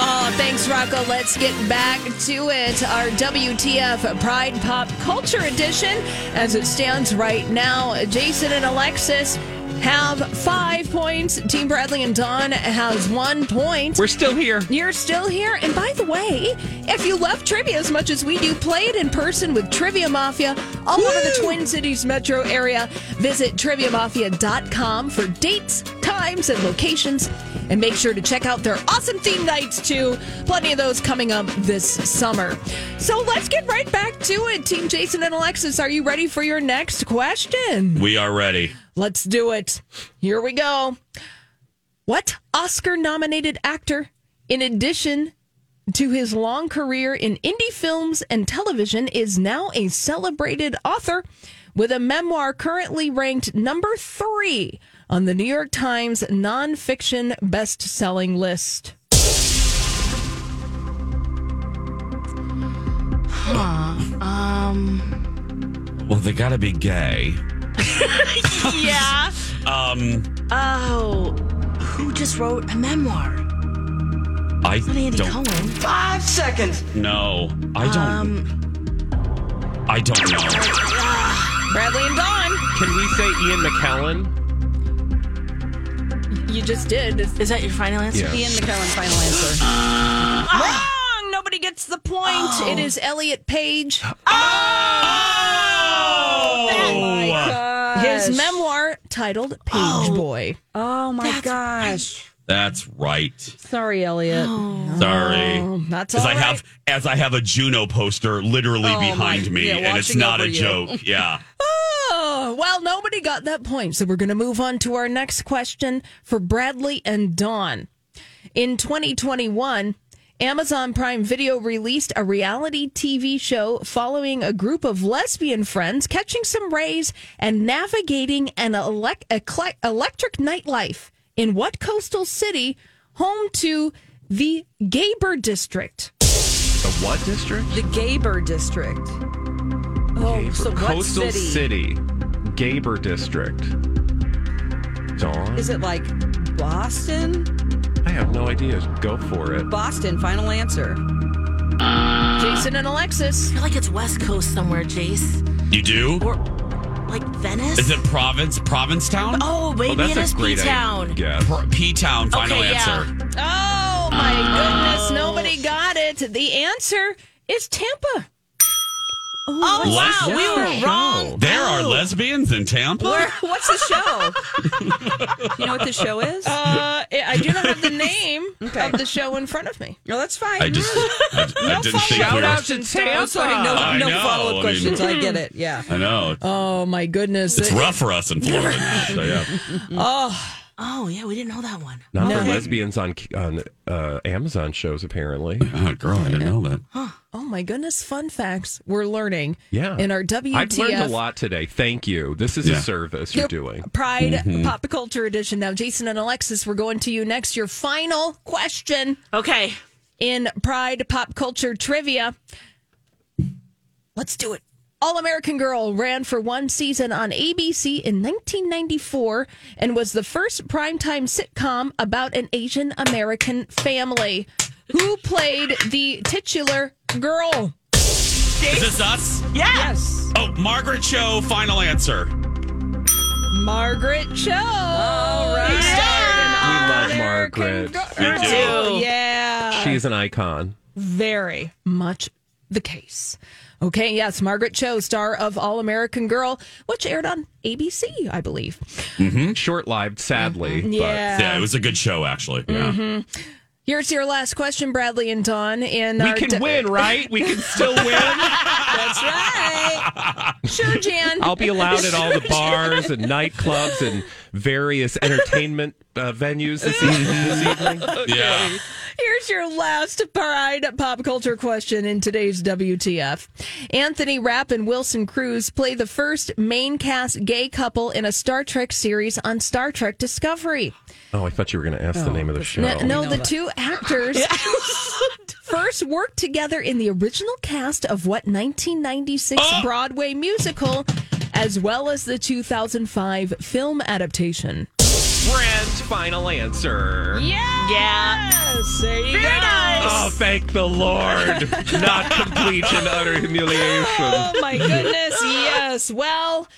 [SPEAKER 8] Oh, thanks, Rocco. Let's get back to it. Our WTF Pride Pop Culture Edition, as it stands right now, Jason and Alexis have five points. Team Bradley and Dawn has one point.
[SPEAKER 13] We're still here.
[SPEAKER 8] You're still here. And by the way, if you love trivia as much as we do, play it in person with Trivia Mafia all over the Twin Cities metro area. Visit triviamafia.com for dates, times, and locations. And make sure to check out their awesome theme nights too. Plenty of those coming up this summer. So let's get right back to it. Team Jason and Alexis, are you ready for your next question?
[SPEAKER 2] We are ready.
[SPEAKER 8] Let's do it. Here we go. What Oscar nominated actor, in addition to his long career in indie films and television, is now a celebrated author with a memoir currently ranked number three on the New York Times nonfiction best selling list?
[SPEAKER 3] Huh. Um.
[SPEAKER 2] Well, they gotta be gay.
[SPEAKER 3] <laughs> yeah.
[SPEAKER 2] Um,
[SPEAKER 3] Oh, who just wrote a memoir?
[SPEAKER 2] I
[SPEAKER 3] Not Andy
[SPEAKER 2] don't.
[SPEAKER 3] Cohen. Five seconds.
[SPEAKER 2] No, I don't. I don't know.
[SPEAKER 8] Bradley and Dawn.
[SPEAKER 13] Can we say Ian McKellen?
[SPEAKER 8] You just did. Is,
[SPEAKER 3] that your final answer?
[SPEAKER 13] Yeah. Ian
[SPEAKER 8] McKellen, final answer. Wrong! Nobody gets the point. It is Elliot Page.
[SPEAKER 2] Oh my
[SPEAKER 8] God. His memoir titled Page Boy.
[SPEAKER 14] Oh my gosh.
[SPEAKER 2] That's right.
[SPEAKER 14] Sorry, Elliot.
[SPEAKER 8] Oh.
[SPEAKER 2] Sorry.
[SPEAKER 8] that's
[SPEAKER 2] as
[SPEAKER 8] Um, all
[SPEAKER 2] I have as I have a Juno poster literally
[SPEAKER 8] Oh,
[SPEAKER 2] behind
[SPEAKER 8] my-
[SPEAKER 2] me,
[SPEAKER 8] yeah,
[SPEAKER 2] and it's
[SPEAKER 8] watching
[SPEAKER 2] not
[SPEAKER 8] over
[SPEAKER 2] a
[SPEAKER 8] you.
[SPEAKER 2] joke. Yeah.
[SPEAKER 8] Oh, well, nobody got that point. So we're going to move on to our next question for Bradley and Dawn. In 2021, Amazon Prime Video released a reality TV show following a group of lesbian friends catching some rays and navigating an elec- ecle- electric nightlife in what coastal city home to the Gaber District?
[SPEAKER 13] The what district?
[SPEAKER 14] The Gaber district. Oh, so what
[SPEAKER 13] Coastal
[SPEAKER 14] city?
[SPEAKER 13] City. Gaber District. Dawn?
[SPEAKER 14] Is it like Boston?
[SPEAKER 13] I have no idea. Go for it.
[SPEAKER 14] Boston, final answer.
[SPEAKER 8] Jason and Alexis.
[SPEAKER 3] I feel like it's West Coast somewhere, Jace.
[SPEAKER 2] You do?
[SPEAKER 3] Like Venice?
[SPEAKER 2] Is it Province? Provincetown?
[SPEAKER 3] Oh, maybe it is P-Town.
[SPEAKER 2] P Town. Final
[SPEAKER 3] Okay, yeah.
[SPEAKER 2] answer.
[SPEAKER 8] Oh my goodness, nobody got it. The answer is Tampa.
[SPEAKER 14] Oh,
[SPEAKER 2] Lesbian?
[SPEAKER 14] we were wrong.
[SPEAKER 2] There are lesbians in Tampa.
[SPEAKER 14] Where, what's the show?
[SPEAKER 8] <laughs>
[SPEAKER 14] you know what the show is?
[SPEAKER 8] Uh, I do not have the name
[SPEAKER 14] <laughs>
[SPEAKER 8] of the show in front of me.
[SPEAKER 14] No, that's fine. <laughs>
[SPEAKER 2] I just I, I didn't think we
[SPEAKER 14] follow-up
[SPEAKER 2] were.
[SPEAKER 14] questions. No, sorry, no,
[SPEAKER 2] I
[SPEAKER 14] no
[SPEAKER 2] know,
[SPEAKER 14] follow-up
[SPEAKER 2] I mean-
[SPEAKER 14] questions. I get it. Yeah.
[SPEAKER 2] I know.
[SPEAKER 8] Oh my goodness.
[SPEAKER 2] It's rough for us in Florida. so, yeah.
[SPEAKER 8] Oh.
[SPEAKER 3] Oh, yeah, we didn't know that one.
[SPEAKER 13] Not for lesbians on on uh, Amazon shows, apparently.
[SPEAKER 2] Oh, girl, I didn't know that.
[SPEAKER 8] Oh my goodness, fun facts we're learning.
[SPEAKER 13] Yeah.
[SPEAKER 8] In our WTF
[SPEAKER 13] I've learned a lot today. Thank you. This is a service you're
[SPEAKER 8] Yep.
[SPEAKER 13] doing.
[SPEAKER 8] Pride
[SPEAKER 13] Mhm.
[SPEAKER 8] Pop Culture Edition. Now, Jason and Alexis, we're going to you next. Your final question.
[SPEAKER 3] Okay.
[SPEAKER 8] In Pride Pop Culture Trivia. Let's do it. All American Girl ran for one season on ABC in 1994 and was the first primetime sitcom about an Asian American family. Who played the titular girl?
[SPEAKER 2] Is this us?
[SPEAKER 14] Yes.
[SPEAKER 2] Oh, Margaret Cho. Final answer.
[SPEAKER 8] Margaret Cho. All
[SPEAKER 14] right.
[SPEAKER 13] We love Margaret.
[SPEAKER 2] We do.
[SPEAKER 8] Yeah.
[SPEAKER 13] She's an icon.
[SPEAKER 8] very much the case. Okay, yes, Margaret Cho, star of All American Girl, which aired on ABC, I believe.
[SPEAKER 13] Short lived, Mm-hmm. sadly.
[SPEAKER 8] Mhm. Yeah.
[SPEAKER 13] But
[SPEAKER 2] Yeah, it was a good show actually. Yeah.
[SPEAKER 8] hmm Here's your last question, Bradley and Dawn. In
[SPEAKER 13] we
[SPEAKER 8] our
[SPEAKER 13] can
[SPEAKER 8] d-
[SPEAKER 13] win, right? We can
[SPEAKER 3] <laughs>
[SPEAKER 13] still win.
[SPEAKER 8] That's right.
[SPEAKER 13] <laughs>
[SPEAKER 8] Sure, Jan.
[SPEAKER 13] I'll be allowed at all the bars and nightclubs
[SPEAKER 3] <laughs>
[SPEAKER 13] and various entertainment uh, venues this evening. This evening.
[SPEAKER 2] Yeah.
[SPEAKER 8] Here's your last pride pop culture question in today's WTF. Anthony Rapp and Wilson Cruz play the first main cast gay couple in a Star Trek series on Star Trek Discovery.
[SPEAKER 13] Oh, I thought you were going to ask the name of the show.
[SPEAKER 8] No, no, the two actors <laughs> first worked together in the original cast of what 1996 Broadway musical, as well as the 2005 film adaptation.
[SPEAKER 13] Friends, final answer.
[SPEAKER 8] Yes, there you go.
[SPEAKER 13] Oh, thank the Lord. Not complete and utter humiliation.
[SPEAKER 8] Oh my goodness, yes. Well,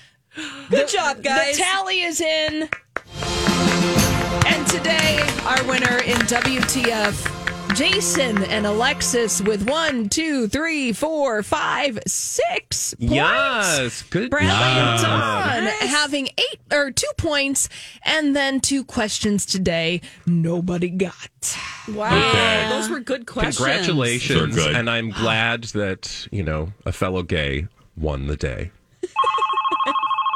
[SPEAKER 8] good job,
[SPEAKER 14] guys.
[SPEAKER 8] The tally is in. And today, our winner in WTF, Jason and Alexis, with one, two, three, four, five, six points.
[SPEAKER 13] Yes, good
[SPEAKER 8] Bradley
[SPEAKER 13] job.
[SPEAKER 8] and Don having eight or two points, and then two questions today nobody got.
[SPEAKER 14] Wow. Those were good questions.
[SPEAKER 13] Congratulations. And I'm glad that, you know, a fellow gay won the day.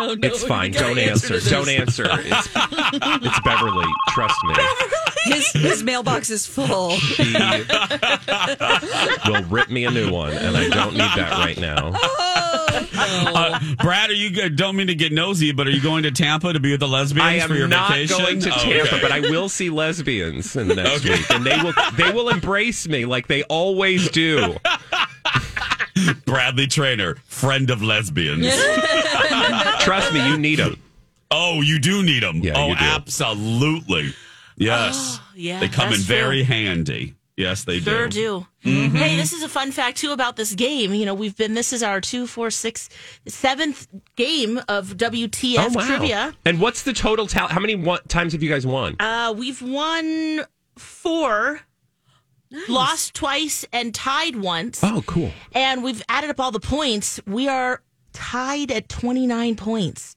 [SPEAKER 14] Oh, no,
[SPEAKER 13] It's
[SPEAKER 14] we
[SPEAKER 13] fine.
[SPEAKER 14] gotta
[SPEAKER 13] Don't answer.
[SPEAKER 14] to
[SPEAKER 13] Don't
[SPEAKER 14] this.
[SPEAKER 13] answer. It's, it's Beverly. Trust me.
[SPEAKER 14] His, his mailbox is full.
[SPEAKER 13] She will rip me a new one, and I don't need that right now.
[SPEAKER 2] Uh, Brad, are you? go- Don't mean to get nosy, but are you going to Tampa to be with the lesbians
[SPEAKER 13] I
[SPEAKER 2] for your
[SPEAKER 13] am not
[SPEAKER 2] vacation?
[SPEAKER 13] going to
[SPEAKER 2] Oh,
[SPEAKER 13] Tampa,
[SPEAKER 2] okay.
[SPEAKER 13] but I will see lesbians in the next
[SPEAKER 2] Okay.
[SPEAKER 13] week, and they will they will embrace me like they always do.
[SPEAKER 2] Bradley Trainer, friend of lesbians.
[SPEAKER 13] <laughs> Trust me, you need them.
[SPEAKER 2] Oh, you do need them. oh,
[SPEAKER 13] you do.
[SPEAKER 2] absolutely.
[SPEAKER 3] <gasps>
[SPEAKER 2] Yes.
[SPEAKER 3] Oh, yeah,
[SPEAKER 2] They come in
[SPEAKER 3] that's
[SPEAKER 2] very
[SPEAKER 3] true.
[SPEAKER 2] handy. Yes, they
[SPEAKER 3] Sure
[SPEAKER 2] do.
[SPEAKER 3] do.
[SPEAKER 13] Mm-hmm.
[SPEAKER 3] Hey, this is a fun fact too about this game. You know, we've been this is our two, four, six, seventh game of WTF trivia.
[SPEAKER 13] Oh, And what's the total tally? How many one- times have you guys won?
[SPEAKER 3] Uh, we've won four, lost twice, and tied once.
[SPEAKER 13] Oh, cool.
[SPEAKER 3] And we've added up all the points. We are tied at twenty nine points.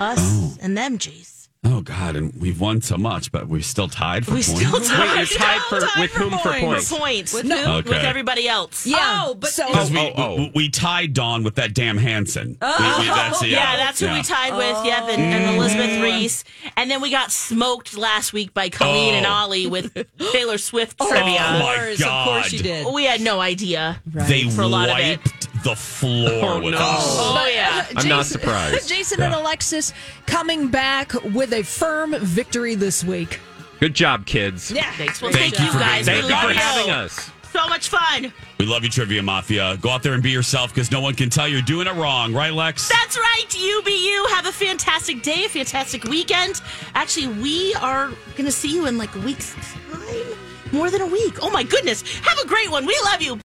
[SPEAKER 3] Us and them, Jace.
[SPEAKER 2] Oh God, and we've won so much, but we're still tied for
[SPEAKER 3] We
[SPEAKER 2] points. <laughs>
[SPEAKER 3] still <laughs> tied.
[SPEAKER 13] you're tied for-
[SPEAKER 3] Still
[SPEAKER 13] with whom for points?
[SPEAKER 3] For points. With,
[SPEAKER 2] who?
[SPEAKER 3] with
[SPEAKER 2] Okay.
[SPEAKER 3] everybody else.
[SPEAKER 14] Yeah. Oh, but
[SPEAKER 2] Because we, we we tied Dawn with that damn Hanson. We- we- that's,
[SPEAKER 3] Oh, <laughs> yeah, that's who we
[SPEAKER 2] yeah. Oh. Mm-hmm.
[SPEAKER 3] tied with. Yeah, and, and Elizabeth Reese, and then we got smoked last week by Colleen
[SPEAKER 2] Oh.
[SPEAKER 3] and
[SPEAKER 2] <laughs>
[SPEAKER 3] Ollie with Taylor Swift trivia.
[SPEAKER 2] Oh, my Of course, of course God. you did.
[SPEAKER 3] We had no idea.
[SPEAKER 2] They
[SPEAKER 3] for a lot of it.
[SPEAKER 2] wiped the floor
[SPEAKER 13] Oh,
[SPEAKER 2] with
[SPEAKER 13] no.
[SPEAKER 2] us.
[SPEAKER 3] Oh yeah.
[SPEAKER 13] I'm not surprised.
[SPEAKER 8] Jason
[SPEAKER 13] Yeah.
[SPEAKER 8] and Alexis coming back with a firm victory this week.
[SPEAKER 13] Good job, kids.
[SPEAKER 3] Thanks. Well,
[SPEAKER 2] Thank
[SPEAKER 3] thank,
[SPEAKER 2] you
[SPEAKER 3] you
[SPEAKER 2] for
[SPEAKER 3] guys.
[SPEAKER 2] being
[SPEAKER 3] We
[SPEAKER 2] here.
[SPEAKER 3] love
[SPEAKER 2] Thank you
[SPEAKER 3] you.
[SPEAKER 2] for having
[SPEAKER 13] us.
[SPEAKER 3] So much fun.
[SPEAKER 2] We love you, Trivia Mafia. Go out there and be yourself because no one can tell you're doing it wrong, right, Lex?
[SPEAKER 3] That's right. You be you. Have a fantastic day, a fantastic weekend. Actually, we are going to see you in like a week's time. More than a week. Oh my goodness. Have a great one. We love you.